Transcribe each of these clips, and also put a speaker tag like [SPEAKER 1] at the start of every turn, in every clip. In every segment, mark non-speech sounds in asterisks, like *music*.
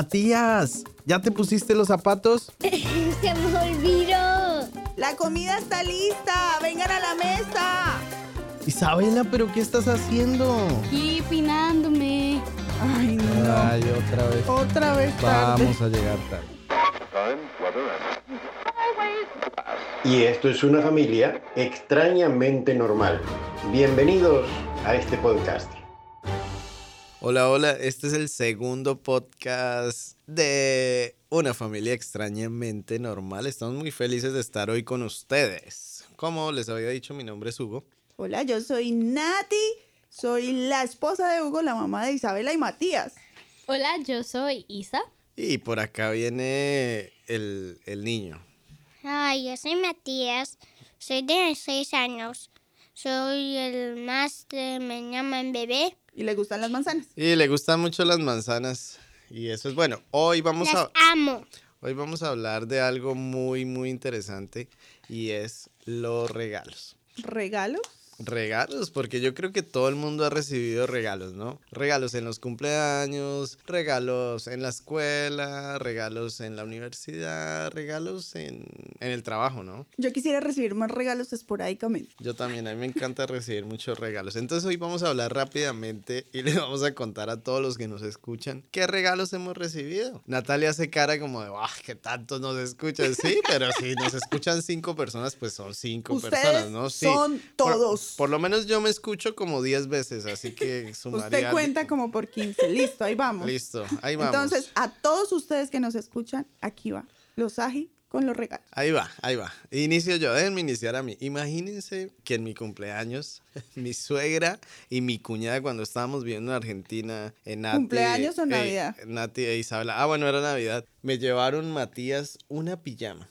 [SPEAKER 1] Matías, ¿ya te pusiste los zapatos?
[SPEAKER 2] *laughs* Se me olvidó.
[SPEAKER 3] La comida está lista. Vengan a la mesa.
[SPEAKER 1] Isabela, ¿pero qué estás haciendo?
[SPEAKER 2] Aquí pinándome.
[SPEAKER 3] Ay, no.
[SPEAKER 1] Ay, otra vez.
[SPEAKER 3] Otra vez tarde.
[SPEAKER 1] Vamos a llegar Oh, tarde.
[SPEAKER 4] Y esto es una familia extrañamente normal. Bienvenidos a este podcast.
[SPEAKER 1] Hola, hola. Este es el segundo podcast de una familia extrañamente normal. Estamos muy felices de estar hoy con ustedes. Como les había dicho, mi nombre es Hugo.
[SPEAKER 3] Hola, yo soy Nati. Soy la esposa de Hugo, la mamá de Isabela y Matías.
[SPEAKER 2] Hola, yo soy Isa.
[SPEAKER 1] Y por acá viene el, el niño.
[SPEAKER 5] Ay, yo soy Matías, soy de 6 años, soy el más, eh, me llaman bebé,
[SPEAKER 3] Y le gustan las manzanas.
[SPEAKER 1] Y le gustan mucho las manzanas. Y eso es bueno. Hoy vamos
[SPEAKER 5] las
[SPEAKER 1] a...
[SPEAKER 5] amo.
[SPEAKER 1] Hoy vamos a hablar de algo muy, muy interesante y es los regalos.
[SPEAKER 3] ¿Regalos?
[SPEAKER 1] Regalos, porque yo creo que todo el mundo ha recibido regalos, ¿no? Regalos en los cumpleaños, regalos en la escuela, regalos en la universidad, regalos en, en el trabajo, ¿no?
[SPEAKER 3] Yo quisiera recibir más regalos esporádicamente.
[SPEAKER 1] Yo también, a mí me encanta recibir muchos regalos. Entonces hoy vamos a hablar rápidamente y *laughs* les vamos a contar a todos los que nos escuchan qué regalos hemos recibido. Natalia hace cara como de, ¡ah, que tantos nos escuchan!
[SPEAKER 3] *laughs*
[SPEAKER 1] Sí, pero si nos escuchan cinco personas, pues son cinco
[SPEAKER 3] Ustedes
[SPEAKER 1] personas, ¿no? Sí.
[SPEAKER 3] son
[SPEAKER 1] Por-
[SPEAKER 3] todos.
[SPEAKER 1] Por, lo menos yo me escucho como diez veces, así que *laughs* sumaría...
[SPEAKER 3] Usted cuenta como por 15. Listo, ahí vamos.
[SPEAKER 1] Listo, ahí vamos.
[SPEAKER 3] Entonces, a todos ustedes que nos escuchan, aquí va. Los Aji con los regalos.
[SPEAKER 1] Ahí va, ahí va. Inicio yo, déjenme iniciar a mí. Imagínense que en mi cumpleaños, *laughs* mi suegra y mi cuñada, cuando estábamos viviendo en Argentina, en Nati.
[SPEAKER 3] ¿Cumpleaños o
[SPEAKER 1] eh,
[SPEAKER 3] Navidad?
[SPEAKER 1] Nati e Isabela. Ah, bueno, era Navidad. Me llevaron, Matías, una pijama.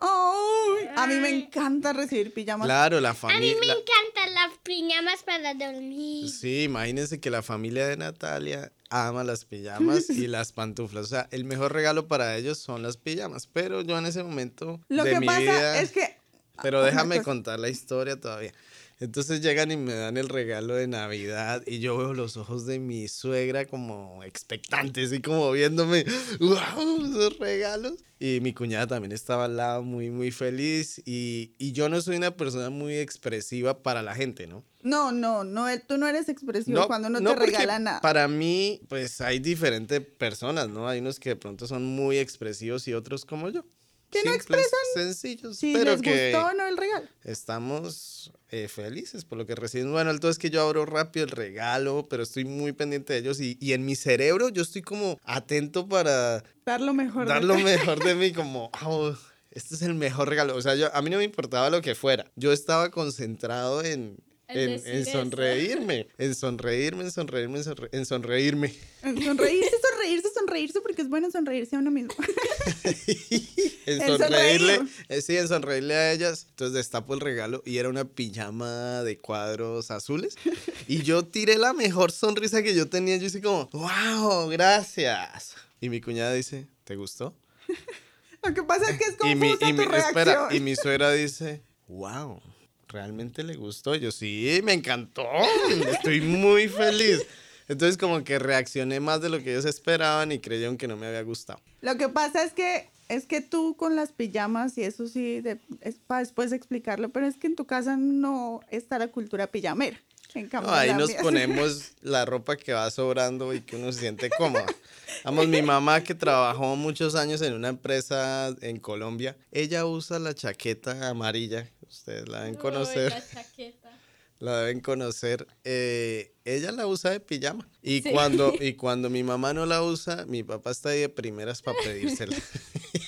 [SPEAKER 3] ¡Ay! a mí me encanta recibir pijamas.
[SPEAKER 1] Claro, la
[SPEAKER 5] A mí
[SPEAKER 1] familia.
[SPEAKER 5] me encantan las piñamas para dormir.
[SPEAKER 1] Sí, imagínense que la familia de Natalia ama las
[SPEAKER 3] *laughs*
[SPEAKER 1] pijamas y las pantuflas. O sea, el mejor regalo para ellos son las pijamas. Pero yo en ese momento
[SPEAKER 3] Lo
[SPEAKER 1] de
[SPEAKER 3] que
[SPEAKER 1] mi
[SPEAKER 3] pasa
[SPEAKER 1] vida-
[SPEAKER 3] es que.
[SPEAKER 1] Pero
[SPEAKER 3] Una
[SPEAKER 1] déjame
[SPEAKER 3] cosa-
[SPEAKER 1] contar la historia todavía. Entonces llegan y me dan el regalo de Navidad y yo veo los ojos de mi suegra como expectantes y como viéndome, wow, esos regalos. Y mi cuñada también estaba al lado muy, muy feliz y, y yo no soy una persona muy expresiva para la gente, ¿no?
[SPEAKER 3] No, no, no, eh, tú no eres expresivo cuando no, te
[SPEAKER 1] porque
[SPEAKER 3] regalan nada.
[SPEAKER 1] Para mí, pues hay diferentes personas, ¿no? Hay unos que de pronto son muy expresivos y otros como yo.
[SPEAKER 3] Que no
[SPEAKER 1] Simples,
[SPEAKER 3] expresan
[SPEAKER 1] Sencillos,
[SPEAKER 3] Si
[SPEAKER 1] pero
[SPEAKER 3] les
[SPEAKER 1] que...
[SPEAKER 3] gustó o no el regalo.
[SPEAKER 1] Estamos eh, felices por lo que reciben. Bueno, entonces que yo abro rápido el regalo, pero estoy muy pendiente de ellos y, y en mi cerebro yo estoy como atento para
[SPEAKER 3] Dar lo mejor. de
[SPEAKER 1] dar lo
[SPEAKER 3] ti.
[SPEAKER 1] mejor de mí, como, "Oh, este es el mejor regalo. O sea, yo, a mí no me importaba lo que fuera. Yo estaba concentrado en,
[SPEAKER 2] En
[SPEAKER 1] en,
[SPEAKER 2] decir
[SPEAKER 1] en
[SPEAKER 2] eso.
[SPEAKER 1] sonreírme, en sonreírme, en sonreírme, en, sonre- en sonreírme.
[SPEAKER 3] *laughs* Sonreírse, sonreírse, sonreírse, porque es bueno sonreírse a uno mismo. *laughs*
[SPEAKER 1] en
[SPEAKER 3] En
[SPEAKER 1] sonreírle,
[SPEAKER 3] sonreír.
[SPEAKER 1] eh, sí, en sonreírle a ellas. Entonces destapo el regalo y era una pijama de cuadros azules. Y yo tiré la mejor sonrisa que yo tenía. Yo hice como, wow, gracias. Y mi cuñada dice, ¿te gustó?
[SPEAKER 3] Lo que pasa es que es
[SPEAKER 1] Y
[SPEAKER 3] confusa
[SPEAKER 1] mi, y
[SPEAKER 3] tu
[SPEAKER 1] mi-
[SPEAKER 3] reacción.
[SPEAKER 1] espera, y mi suegra dice, wow, ¿realmente le gustó? Yo sí, me encantó, estoy muy feliz. Entonces como que reaccioné más de lo que ellos esperaban y creyeron que no me había gustado.
[SPEAKER 3] Lo que pasa es que es que tú con las pijamas y eso sí de- es para después explicarlo, pero es que en tu casa no está la cultura pijamera. En cambio,
[SPEAKER 1] No, ahí
[SPEAKER 3] la
[SPEAKER 1] nos
[SPEAKER 3] mía-
[SPEAKER 1] ponemos la ropa que va sobrando y que uno se siente cómodo. Vamos, mi mamá que trabajó muchos años en una empresa en Colombia, ella usa la chaqueta amarilla, ustedes la deben conocer, la deben conocer. eh, ella la usa de pijama y cuando y
[SPEAKER 3] *laughs*
[SPEAKER 1] cuando mi mamá no la usa, mi papá está ahí de primeras para pedírsela. *laughs*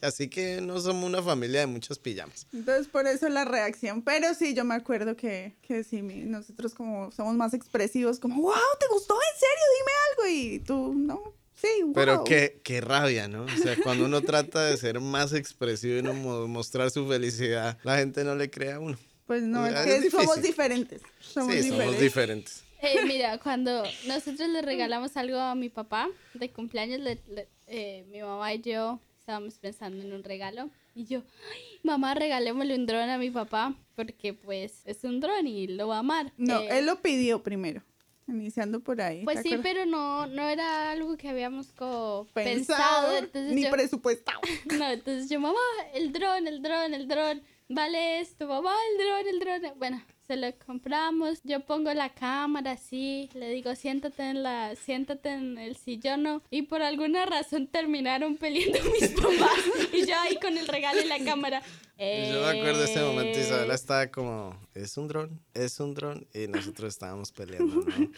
[SPEAKER 1] Así que no somos una familia de muchos pijamas.
[SPEAKER 3] Entonces, por eso la reacción. Pero sí, yo me acuerdo que, que sí, mi- nosotros como somos más expresivos, como, wow, ¿te gustó? ¿En serio? Dime algo. Y tú, no, sí, wow.
[SPEAKER 1] Pero qué, qué rabia, ¿no? O sea, cuando uno trata de ser más expresivo y no mo- mostrar su felicidad, la gente no le cree a uno.
[SPEAKER 3] Pues no, es
[SPEAKER 1] Es
[SPEAKER 3] que somos
[SPEAKER 1] difícil.
[SPEAKER 3] diferentes. Somos
[SPEAKER 1] sí,
[SPEAKER 3] diferentes.
[SPEAKER 1] somos diferentes.
[SPEAKER 6] Eh, mira, cuando nosotros le regalamos algo a mi papá de cumpleaños, le- le- eh, mi mamá y yo estábamos pensando en un regalo. Y yo, "Ay, mamá, regalémosle un dron a mi papá porque pues es un dron y lo va a amar.
[SPEAKER 3] no,
[SPEAKER 6] Eh,
[SPEAKER 3] él lo pidió primero. Iniciando por ahí.
[SPEAKER 6] Pues
[SPEAKER 3] ¿te
[SPEAKER 6] sí,
[SPEAKER 3] acuerdas?
[SPEAKER 6] pero no, no era algo que habíamos como
[SPEAKER 3] Pensado,
[SPEAKER 6] pensado. Entonces
[SPEAKER 3] ni
[SPEAKER 6] yo,
[SPEAKER 3] presupuestado.
[SPEAKER 6] no, entonces yo, mamá, el dron, el dron, el dron, vale esto, mamá, el dron, el dron. Bueno, se lo compramos, yo pongo la cámara así, le digo, siéntate en la, siéntate en el sillón, ¿no? y por alguna razón terminaron peleando *laughs* mis papás, y yo ahí con el regalo y la cámara.
[SPEAKER 1] Yo me acuerdo ese momento,
[SPEAKER 6] Eh,
[SPEAKER 1] Isabela estaba como, es un dron, es un dron, y nosotros estábamos peleando, ¿no?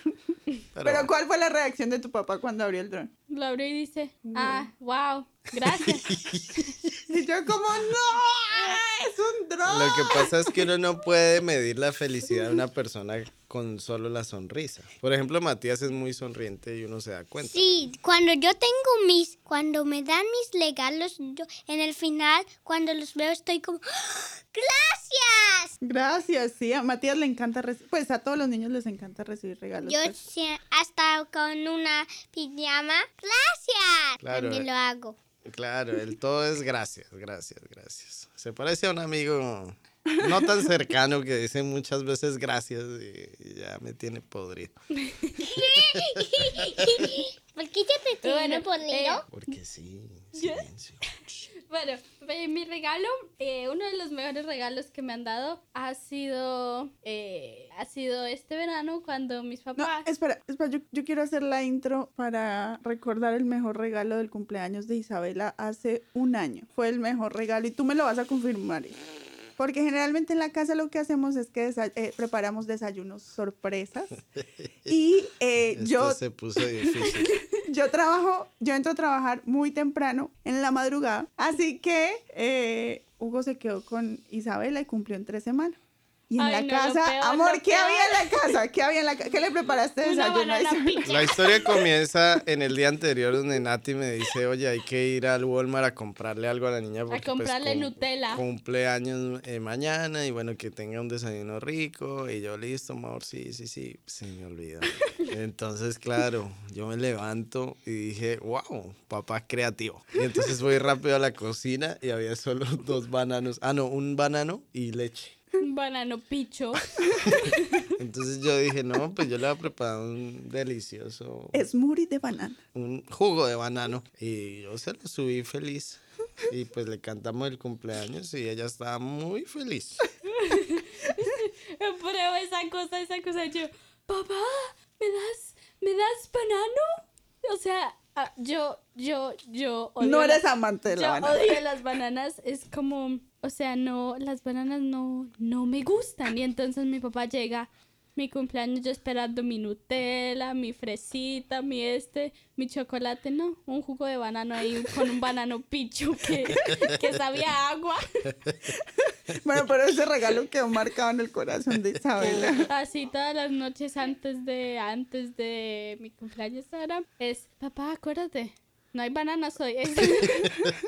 [SPEAKER 3] Pero, ¿cuál fue la reacción de tu papá cuando abrió el dron?
[SPEAKER 6] Lo abrió y dice, ah, wow, gracias.
[SPEAKER 3] Y yo como, no, es un dron.
[SPEAKER 1] Lo que pasa es que uno no puede medir la felicidad de una persona con solo la sonrisa. Por ejemplo, Matías es muy sonriente y uno se da cuenta.
[SPEAKER 5] Sí, cuando yo tengo mis, cuando me dan mis regalos, yo en el final, cuando los veo, estoy como, "¡Ah! ¡Gracias!
[SPEAKER 3] Gracias, sí. A Matías le encanta recibir, pues a todos los niños les encanta recibir regalos.
[SPEAKER 5] Yo
[SPEAKER 3] pues.
[SPEAKER 5] sie- hasta con una pijama, ¡Gracias!
[SPEAKER 1] Claro.
[SPEAKER 5] También
[SPEAKER 1] *laughs*
[SPEAKER 5] lo hago. *laughs*
[SPEAKER 1] Claro, el todo es gracias, gracias, gracias. Se parece a un amigo no tan cercano que dice muchas veces gracias y y ya me tiene podrido.
[SPEAKER 5] ¿Por qué yo te
[SPEAKER 6] Pero bueno,
[SPEAKER 5] tiro por Leo?
[SPEAKER 6] eh,
[SPEAKER 1] Porque sí, silencio.
[SPEAKER 6] Bueno, eh, mi regalo, eh, uno de los mejores regalos que me han dado ha sido, eh, ha sido este verano cuando mis
[SPEAKER 3] No,
[SPEAKER 6] papás.
[SPEAKER 3] espera, espera, yo, yo quiero hacer la intro para recordar el mejor regalo del cumpleaños de Isabela hace un año. Fue el mejor regalo y tú me lo vas a confirmar. Isa. Porque generalmente en la casa lo que hacemos es que desa- eh, preparamos
[SPEAKER 1] *laughs*
[SPEAKER 3] desayunos sorpresas. Y eh,
[SPEAKER 1] Esto
[SPEAKER 3] yo,
[SPEAKER 1] se puso difícil.
[SPEAKER 3] *laughs* yo trabajo, yo entro a trabajar muy temprano en la madrugada. Así que eh, Hugo se quedó con Isabela y cumplió en tres semanas. Y en
[SPEAKER 6] Ay,
[SPEAKER 3] la
[SPEAKER 6] no, lo
[SPEAKER 3] casa,
[SPEAKER 6] peor,
[SPEAKER 3] amor,
[SPEAKER 6] lo
[SPEAKER 3] ¿qué había
[SPEAKER 6] peor.
[SPEAKER 3] en la casa? ¿Qué había en la casa? ¿Qué le preparaste de
[SPEAKER 6] una
[SPEAKER 3] desayuno? a
[SPEAKER 6] banana
[SPEAKER 3] Isabela?
[SPEAKER 1] *laughs*
[SPEAKER 6] pizza.
[SPEAKER 1] La historia comienza en el día anterior donde Nati me dice, oye, hay que ir al Walmart a comprarle algo a la niña. Porque, pues,
[SPEAKER 6] comprarle
[SPEAKER 1] cum-
[SPEAKER 6] Nutella.
[SPEAKER 1] Cumpleaños eh, mañana y bueno, que tenga un desayuno rico. Y yo, listo, amor, sí, sí, sí. Se me olvidó. Entonces, claro, yo me levanto y dije, wow, papá creativo. Y entonces voy rápido a la cocina y había solo *laughs* dos bananos. Ah, no, un banano y leche.
[SPEAKER 6] Un *laughs* banano picho.
[SPEAKER 1] Entonces yo dije, no, pues yo le voy a preparar un delicioso
[SPEAKER 3] Smoothie de banana.
[SPEAKER 1] un jugo de banano y yo se lo subí feliz y pues le cantamos el cumpleaños y ella estaba muy feliz.
[SPEAKER 6] Pruebo esa cosa, esa cosa. Yo, papá, ¿me das, me das banano? O sea, ah, yo, yo, yo. odio
[SPEAKER 3] No eres
[SPEAKER 6] las-
[SPEAKER 3] amante de la
[SPEAKER 6] yo
[SPEAKER 3] banana.
[SPEAKER 6] odio las bananas. Es como, o sea, no, las bananas no, no me gustan. Y entonces mi papá llega, mi cumpleaños, yo esperando mi Nutella, mi fresita, mi este, mi chocolate, no, un jugo de banano ahí con un banano picho que, que sabía a agua.
[SPEAKER 3] *laughs* Bueno, pero ese regalo quedó marcado en el corazón de Isabela.
[SPEAKER 6] Así todas las noches antes de, antes de mi cumpleaños ahora es, papá, acuérdate. No hay bananas hoy.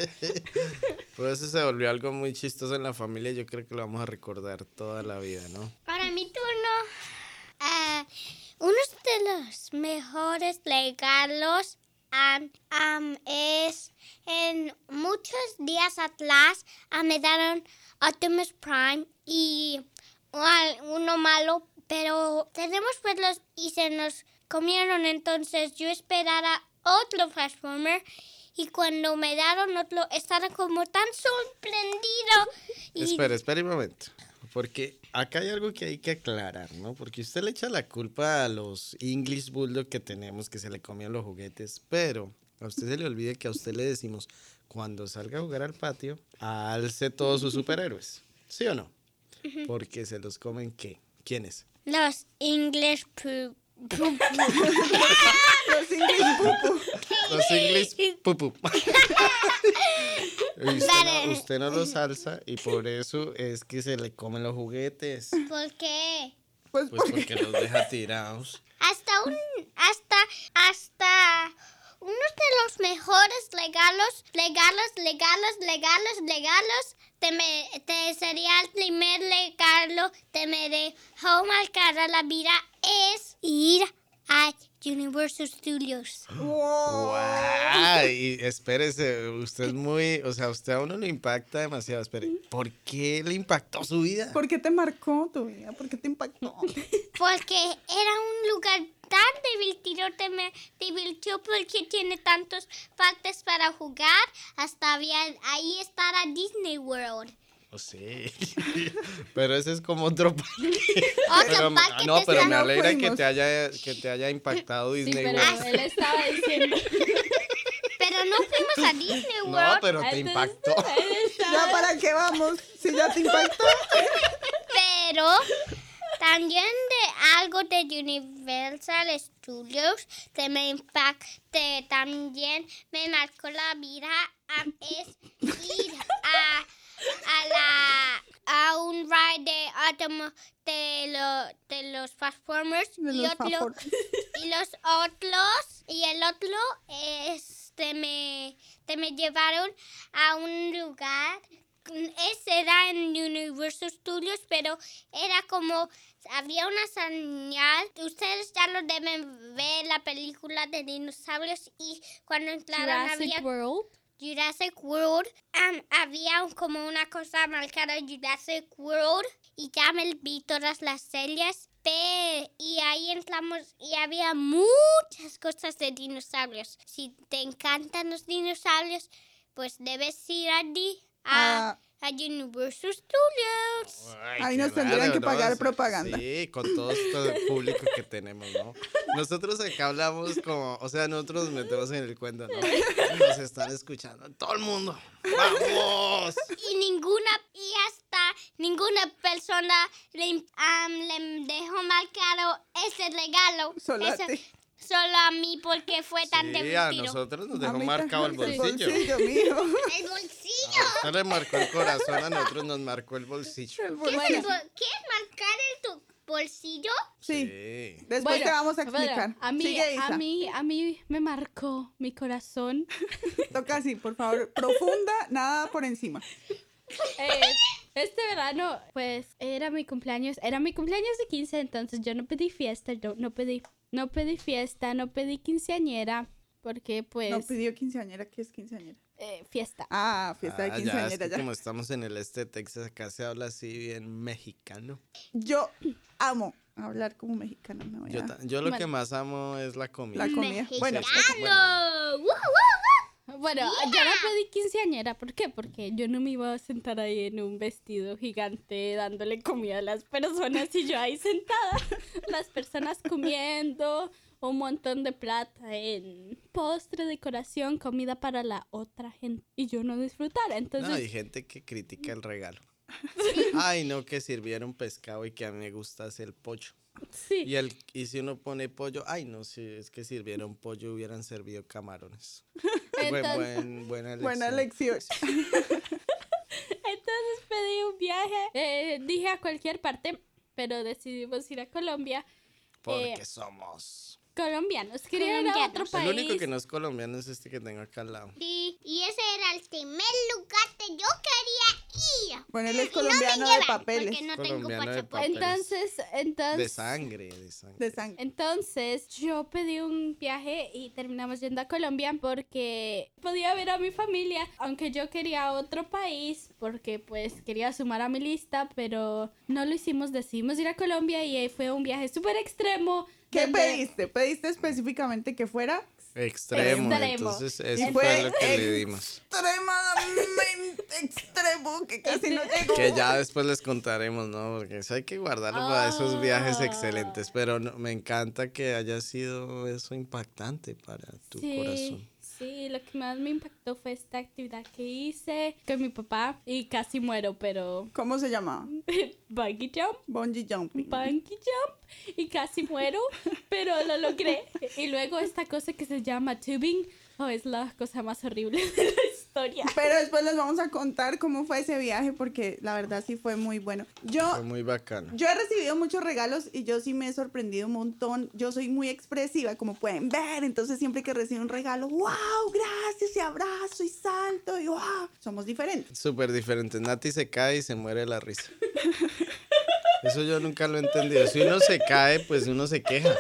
[SPEAKER 6] *laughs*
[SPEAKER 1] Por eso se volvió algo muy chistoso en la familia y yo creo que lo vamos a recordar toda la vida, ¿no?
[SPEAKER 5] Para mi turno. Ah, uno de los mejores regalos am, am, es en muchos días atrás ah, me dieron Optimus Prime y al- uno malo, pero tenemos verlos y se nos comieron. Entonces yo esperara otro Transformer y cuando me dieron otro estaba como tan sorprendido. Y
[SPEAKER 1] Espera, espera un momento. Porque acá hay algo que hay que aclarar, ¿no? Porque usted le echa la culpa a los English Bulldog que tenemos que se le comían los juguetes, pero a usted se le olvida que a usted le decimos, cuando salga a jugar al patio, alce todos sus superhéroes. ¿Sí o no? Porque se los comen qué? ¿Quiénes?
[SPEAKER 5] Los English Poo. poo-
[SPEAKER 3] *laughs* Los English
[SPEAKER 6] *laughs*
[SPEAKER 3] Pupu.
[SPEAKER 1] Los English pupu. Y usted, no, usted no los alza y por eso es que se le comen los juguetes.
[SPEAKER 5] ¿Por qué?
[SPEAKER 3] Pues,
[SPEAKER 1] Pues
[SPEAKER 3] porque-
[SPEAKER 1] porque los deja tirados.
[SPEAKER 5] Hasta un hasta hasta uno de los mejores regalos, regalos, regalos, regalos, regalos te me te sería el primer regalo te me dejó marcada la vida es ir a Universal Studios.
[SPEAKER 3] Wow.
[SPEAKER 1] Ah, y espérese, usted es muy, o sea, usted a uno le impacta demasiado. Espere, ¿por qué le impactó su vida?
[SPEAKER 3] ¿Por qué te marcó tu vida? ¿Por qué te impactó?
[SPEAKER 5] Porque era un lugar tan divertido, me divirtió porque tiene tantos partes para jugar. Hasta había, ahí estará Disney World.
[SPEAKER 1] No sé. *laughs* Pero ese es como otro parque.
[SPEAKER 5] Otro
[SPEAKER 1] Pero,
[SPEAKER 5] parque
[SPEAKER 1] no,
[SPEAKER 5] que
[SPEAKER 1] pero
[SPEAKER 5] está-
[SPEAKER 1] me
[SPEAKER 3] no
[SPEAKER 1] alegra que
[SPEAKER 3] fuimos.
[SPEAKER 1] te haya, que te haya impactado
[SPEAKER 6] Sí,
[SPEAKER 1] Disney
[SPEAKER 6] pero
[SPEAKER 1] World.
[SPEAKER 6] él estaba diciendo.
[SPEAKER 5] pero no fuimos a Disney
[SPEAKER 1] *laughs*
[SPEAKER 5] World.
[SPEAKER 1] No, pero te
[SPEAKER 6] Entonces,
[SPEAKER 1] impactó.
[SPEAKER 6] él
[SPEAKER 3] ¿Ya
[SPEAKER 6] estaba-
[SPEAKER 3] para qué vamos? Si ya te impactó.
[SPEAKER 5] pero también de algo de Universal Studios que me impacté también me marcó la vida am- es ir a, a la a un ride de automo- de, lo- de los Transformers
[SPEAKER 3] De
[SPEAKER 5] y
[SPEAKER 3] los
[SPEAKER 5] otro
[SPEAKER 3] favor-
[SPEAKER 5] y los otros y el otro este me te me llevaron a un lugar ese era en Universal Studios pero era como había una señal ustedes ya lo deben ver la película de dinosaurios y cuando entraron había
[SPEAKER 6] Jurassic World.
[SPEAKER 5] Jurassic World am, había un- como una cosa marcada Jurassic World y ya me vi todas las series pe- y ahí entramos y había muchas cosas de dinosaurios. Si te encantan los dinosaurios, pues debes ir allí a,
[SPEAKER 3] Ah,
[SPEAKER 5] a Universal Studios.
[SPEAKER 1] Ay,
[SPEAKER 3] Ahí
[SPEAKER 1] qué
[SPEAKER 3] nos tendrían
[SPEAKER 1] raro,
[SPEAKER 3] que
[SPEAKER 1] ¿no?
[SPEAKER 3] pagar
[SPEAKER 1] Sí,
[SPEAKER 3] propaganda.
[SPEAKER 1] Sí, con todo este público que tenemos, ¿no? Nosotros acá hablamos como, o sea, nosotros nos metemos en el cuento, ¿no? Nos están escuchando todo el mundo. ¡Vamos!
[SPEAKER 5] Y ninguna, y hasta ninguna persona le, im- am, le dejó marcado ese regalo.
[SPEAKER 3] solo a
[SPEAKER 5] Ese-
[SPEAKER 3] ti.
[SPEAKER 5] Solo a mí porque fue tan
[SPEAKER 1] Sí,
[SPEAKER 5] divertido.
[SPEAKER 1] a nosotros nos dejó
[SPEAKER 3] A mí
[SPEAKER 1] marcado el
[SPEAKER 3] también,
[SPEAKER 1] bolsillo.
[SPEAKER 3] El bolsillo,
[SPEAKER 6] *laughs*
[SPEAKER 3] mijo.
[SPEAKER 5] El bolsillo.
[SPEAKER 3] Ah,
[SPEAKER 1] No le marcó el corazón, a nosotros nos marcó el bolsillo.
[SPEAKER 3] El
[SPEAKER 5] ¿Qué es el
[SPEAKER 3] bolsillo.
[SPEAKER 5] bol- ¿Quieres marcar en tu bolsillo?
[SPEAKER 3] Sí.
[SPEAKER 1] Sí.
[SPEAKER 3] Después
[SPEAKER 6] Bueno,
[SPEAKER 3] te vamos a
[SPEAKER 6] bueno,
[SPEAKER 3] explicar.
[SPEAKER 6] a, mí,
[SPEAKER 3] Sigue,
[SPEAKER 6] a,
[SPEAKER 3] Isa.
[SPEAKER 6] mí, a mí me marcó mi
[SPEAKER 3] *laughs*
[SPEAKER 6] corazón.
[SPEAKER 3] Toca así, por favor. Profunda, nada por encima.
[SPEAKER 6] Eh, este verano, pues, era mi cumpleaños. Era mi cumpleaños de 15, entonces yo no pedí fiesta, yo no pedí, no pedí fiesta, no pedí quinceañera, porque pues,
[SPEAKER 3] No pidió quinceañera, ¿qué es quinceañera?
[SPEAKER 6] eh, fiesta.
[SPEAKER 3] Ah, fiesta
[SPEAKER 1] Ah,
[SPEAKER 3] de
[SPEAKER 1] ya, es
[SPEAKER 3] quinceañera
[SPEAKER 1] que
[SPEAKER 3] ya.
[SPEAKER 1] como estamos en el este de Texas, acá se habla así bien mexicano.
[SPEAKER 3] Yo amo hablar como mexicana, me voy
[SPEAKER 1] Yo,
[SPEAKER 3] a-
[SPEAKER 1] ta- yo lo
[SPEAKER 6] Bueno.
[SPEAKER 1] que más amo es la comida.
[SPEAKER 3] La comida. Bueno,
[SPEAKER 1] Sí, sí, bueno.
[SPEAKER 5] ¡Claro! ¡Woo, woo, woo!
[SPEAKER 6] Bueno, yo no pedí quinceañera, ¿por qué? Porque yo no me iba a sentar ahí en un vestido gigante dándole comida a las personas y yo ahí sentada, *laughs* las personas comiendo un montón de plata en postre, decoración, comida para la otra gente y yo no disfrutar. Entonces,
[SPEAKER 1] No, hay gente que critica el regalo. Ay, no, que sirvieron pescado y que a mí me gusta hacer pollo.
[SPEAKER 6] sí,
[SPEAKER 1] Y, el, y si uno pone pollo, ay, no, si es que sirvieron pollo, hubieran servido
[SPEAKER 6] *laughs*
[SPEAKER 1] camarones. Buen-
[SPEAKER 6] Entonces-
[SPEAKER 1] buen- buena elección.
[SPEAKER 3] Buena lección.
[SPEAKER 6] entonces pedí un viaje, eh, dije a cualquier parte, pero decidimos ir a Colombia.
[SPEAKER 1] Porque
[SPEAKER 6] Eh,
[SPEAKER 1] somos.
[SPEAKER 6] Colombianos, quería ir a otro
[SPEAKER 5] Colombianos.
[SPEAKER 6] país.
[SPEAKER 1] El único que no es colombiano es este que tengo acá al lado.
[SPEAKER 5] Sí, Y ese era el primer lugar que yo quería ir.
[SPEAKER 3] Bueno, él es
[SPEAKER 5] Y
[SPEAKER 3] colombiano
[SPEAKER 5] no me
[SPEAKER 3] de
[SPEAKER 5] llevan,
[SPEAKER 3] papeles.
[SPEAKER 5] Porque no tengo
[SPEAKER 1] Colombiano de
[SPEAKER 5] pasaporte.
[SPEAKER 1] papeles.
[SPEAKER 6] Entonces,
[SPEAKER 1] De
[SPEAKER 6] entonces,
[SPEAKER 1] sangre, de sangre.
[SPEAKER 3] De sangre.
[SPEAKER 6] entonces yo pedí un viaje y terminamos yendo a Colombia porque podía ver a mi familia, aunque yo quería otro país porque pues quería sumar a mi lista, pero no lo hicimos, decidimos ir a Colombia y ahí fue un viaje súper extremo.
[SPEAKER 3] ¿Qué
[SPEAKER 6] donde-
[SPEAKER 3] pediste? ¿Pediste específicamente que fuera?
[SPEAKER 1] Extremo,
[SPEAKER 6] Extremo.
[SPEAKER 1] entonces eso
[SPEAKER 3] Y
[SPEAKER 1] fue
[SPEAKER 3] fue
[SPEAKER 1] lo que le dimos.
[SPEAKER 3] Extremadamente extremo, que casi no
[SPEAKER 5] Este,
[SPEAKER 3] llegó.
[SPEAKER 1] Que ya después les contaremos, ¿no? Porque eso hay que guardarlo para esos viajes excelentes. Pero no- me encanta que haya sido eso impactante para tu
[SPEAKER 6] sí,
[SPEAKER 1] corazón.
[SPEAKER 6] Sí, lo que más me impactó fue esta actividad que hice con mi papá y casi muero, pero...
[SPEAKER 3] ¿Cómo se llamaba?
[SPEAKER 6] Buggy jump.
[SPEAKER 3] Bungee jumping.
[SPEAKER 6] Punky jump y casi muero, pero lo logré. Y luego esta cosa que se llama tubing, oh, es la cosa más horrible de la historia.
[SPEAKER 3] Pero después les vamos a contar cómo fue ese viaje porque la verdad sí fue muy bueno.
[SPEAKER 1] Fue
[SPEAKER 3] Yo
[SPEAKER 1] muy bacano.
[SPEAKER 3] Yo he recibido muchos regalos y yo sí me he sorprendido un montón. Yo soy muy expresiva, como pueden ver. Entonces, siempre que recibo un regalo, wow, gracias, y abrazo y salto y wow. Somos diferentes. *laughs*
[SPEAKER 1] Súper diferente. Nati se cae y se muere de la risa. Eso yo nunca lo he entendido. Si uno se cae, pues uno se queja.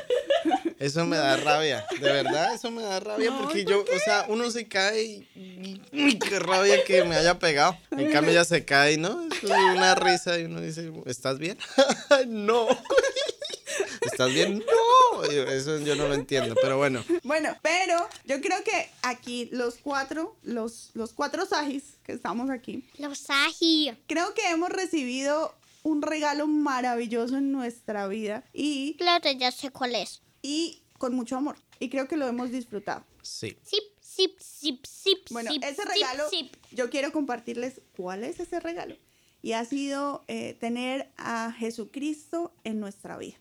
[SPEAKER 1] Eso me da rabia, de verdad, eso me da rabia porque yo, o sea, uno se cae y, y- uy, qué rabia que me haya pegado. En cambio ella se cae y no, es una risa y uno dice, ¿estás bien? *laughs* no. ¿Estás bien? No. Yo- Eso yo no lo entiendo, pero bueno.
[SPEAKER 3] Bueno, pero yo creo que aquí los cuatro, los, los cuatro Sajis que estamos aquí,
[SPEAKER 5] Los ají.
[SPEAKER 3] creo que hemos recibido un regalo maravilloso en nuestra vida y,
[SPEAKER 5] Claro, ya sé cuál es.
[SPEAKER 3] y con mucho amor. Y creo que lo hemos disfrutado.
[SPEAKER 1] Sí.
[SPEAKER 5] Zip, zip, zip, zip.
[SPEAKER 3] Bueno,
[SPEAKER 5] zip,
[SPEAKER 3] ese
[SPEAKER 5] zip,
[SPEAKER 3] regalo,
[SPEAKER 5] zip.
[SPEAKER 3] yo quiero compartirles cuál es ese regalo. Y ha sido eh, tener a Jesucristo en nuestra vida.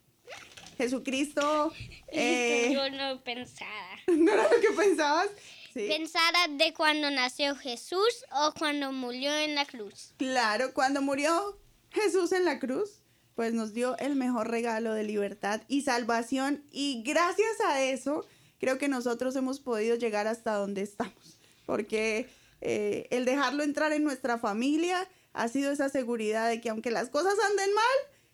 [SPEAKER 3] Jesucristo, eh,
[SPEAKER 5] Yo no pensaba.
[SPEAKER 3] *laughs* ¿no era lo que pensabas? Sí.
[SPEAKER 5] Pensara de cuando nació Jesús o cuando murió en la cruz.
[SPEAKER 3] Claro, cuando murió Jesús en la cruz, pues nos dio el mejor regalo de libertad y salvación. Y gracias a eso, creo que nosotros hemos podido llegar hasta donde estamos. Porque eh, el dejarlo entrar en nuestra familia ha sido esa seguridad de que aunque las cosas anden mal,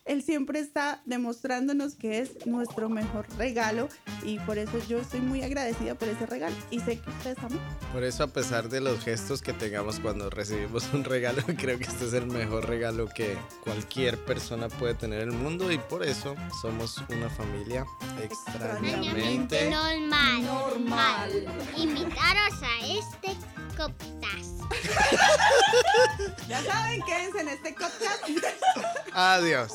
[SPEAKER 3] él siempre está demostrándonos que es nuestro mejor regalo. Y por eso yo estoy muy agradecida por ese regalo. Y sé que ustedes también.
[SPEAKER 1] Por eso, a pesar de los gestos que tengamos cuando recibimos un regalo, *laughs* creo que este es el mejor regalo que cualquier persona puede tener en el mundo y por eso somos una familia
[SPEAKER 3] Extrañamente.
[SPEAKER 1] extrañamente.
[SPEAKER 5] Normal.
[SPEAKER 3] Normal.
[SPEAKER 5] Invitaros a este coptas.
[SPEAKER 3] Ya saben, quédense en este podcast.
[SPEAKER 1] Adiós.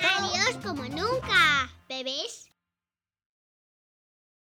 [SPEAKER 5] Adiós como nunca, bebés.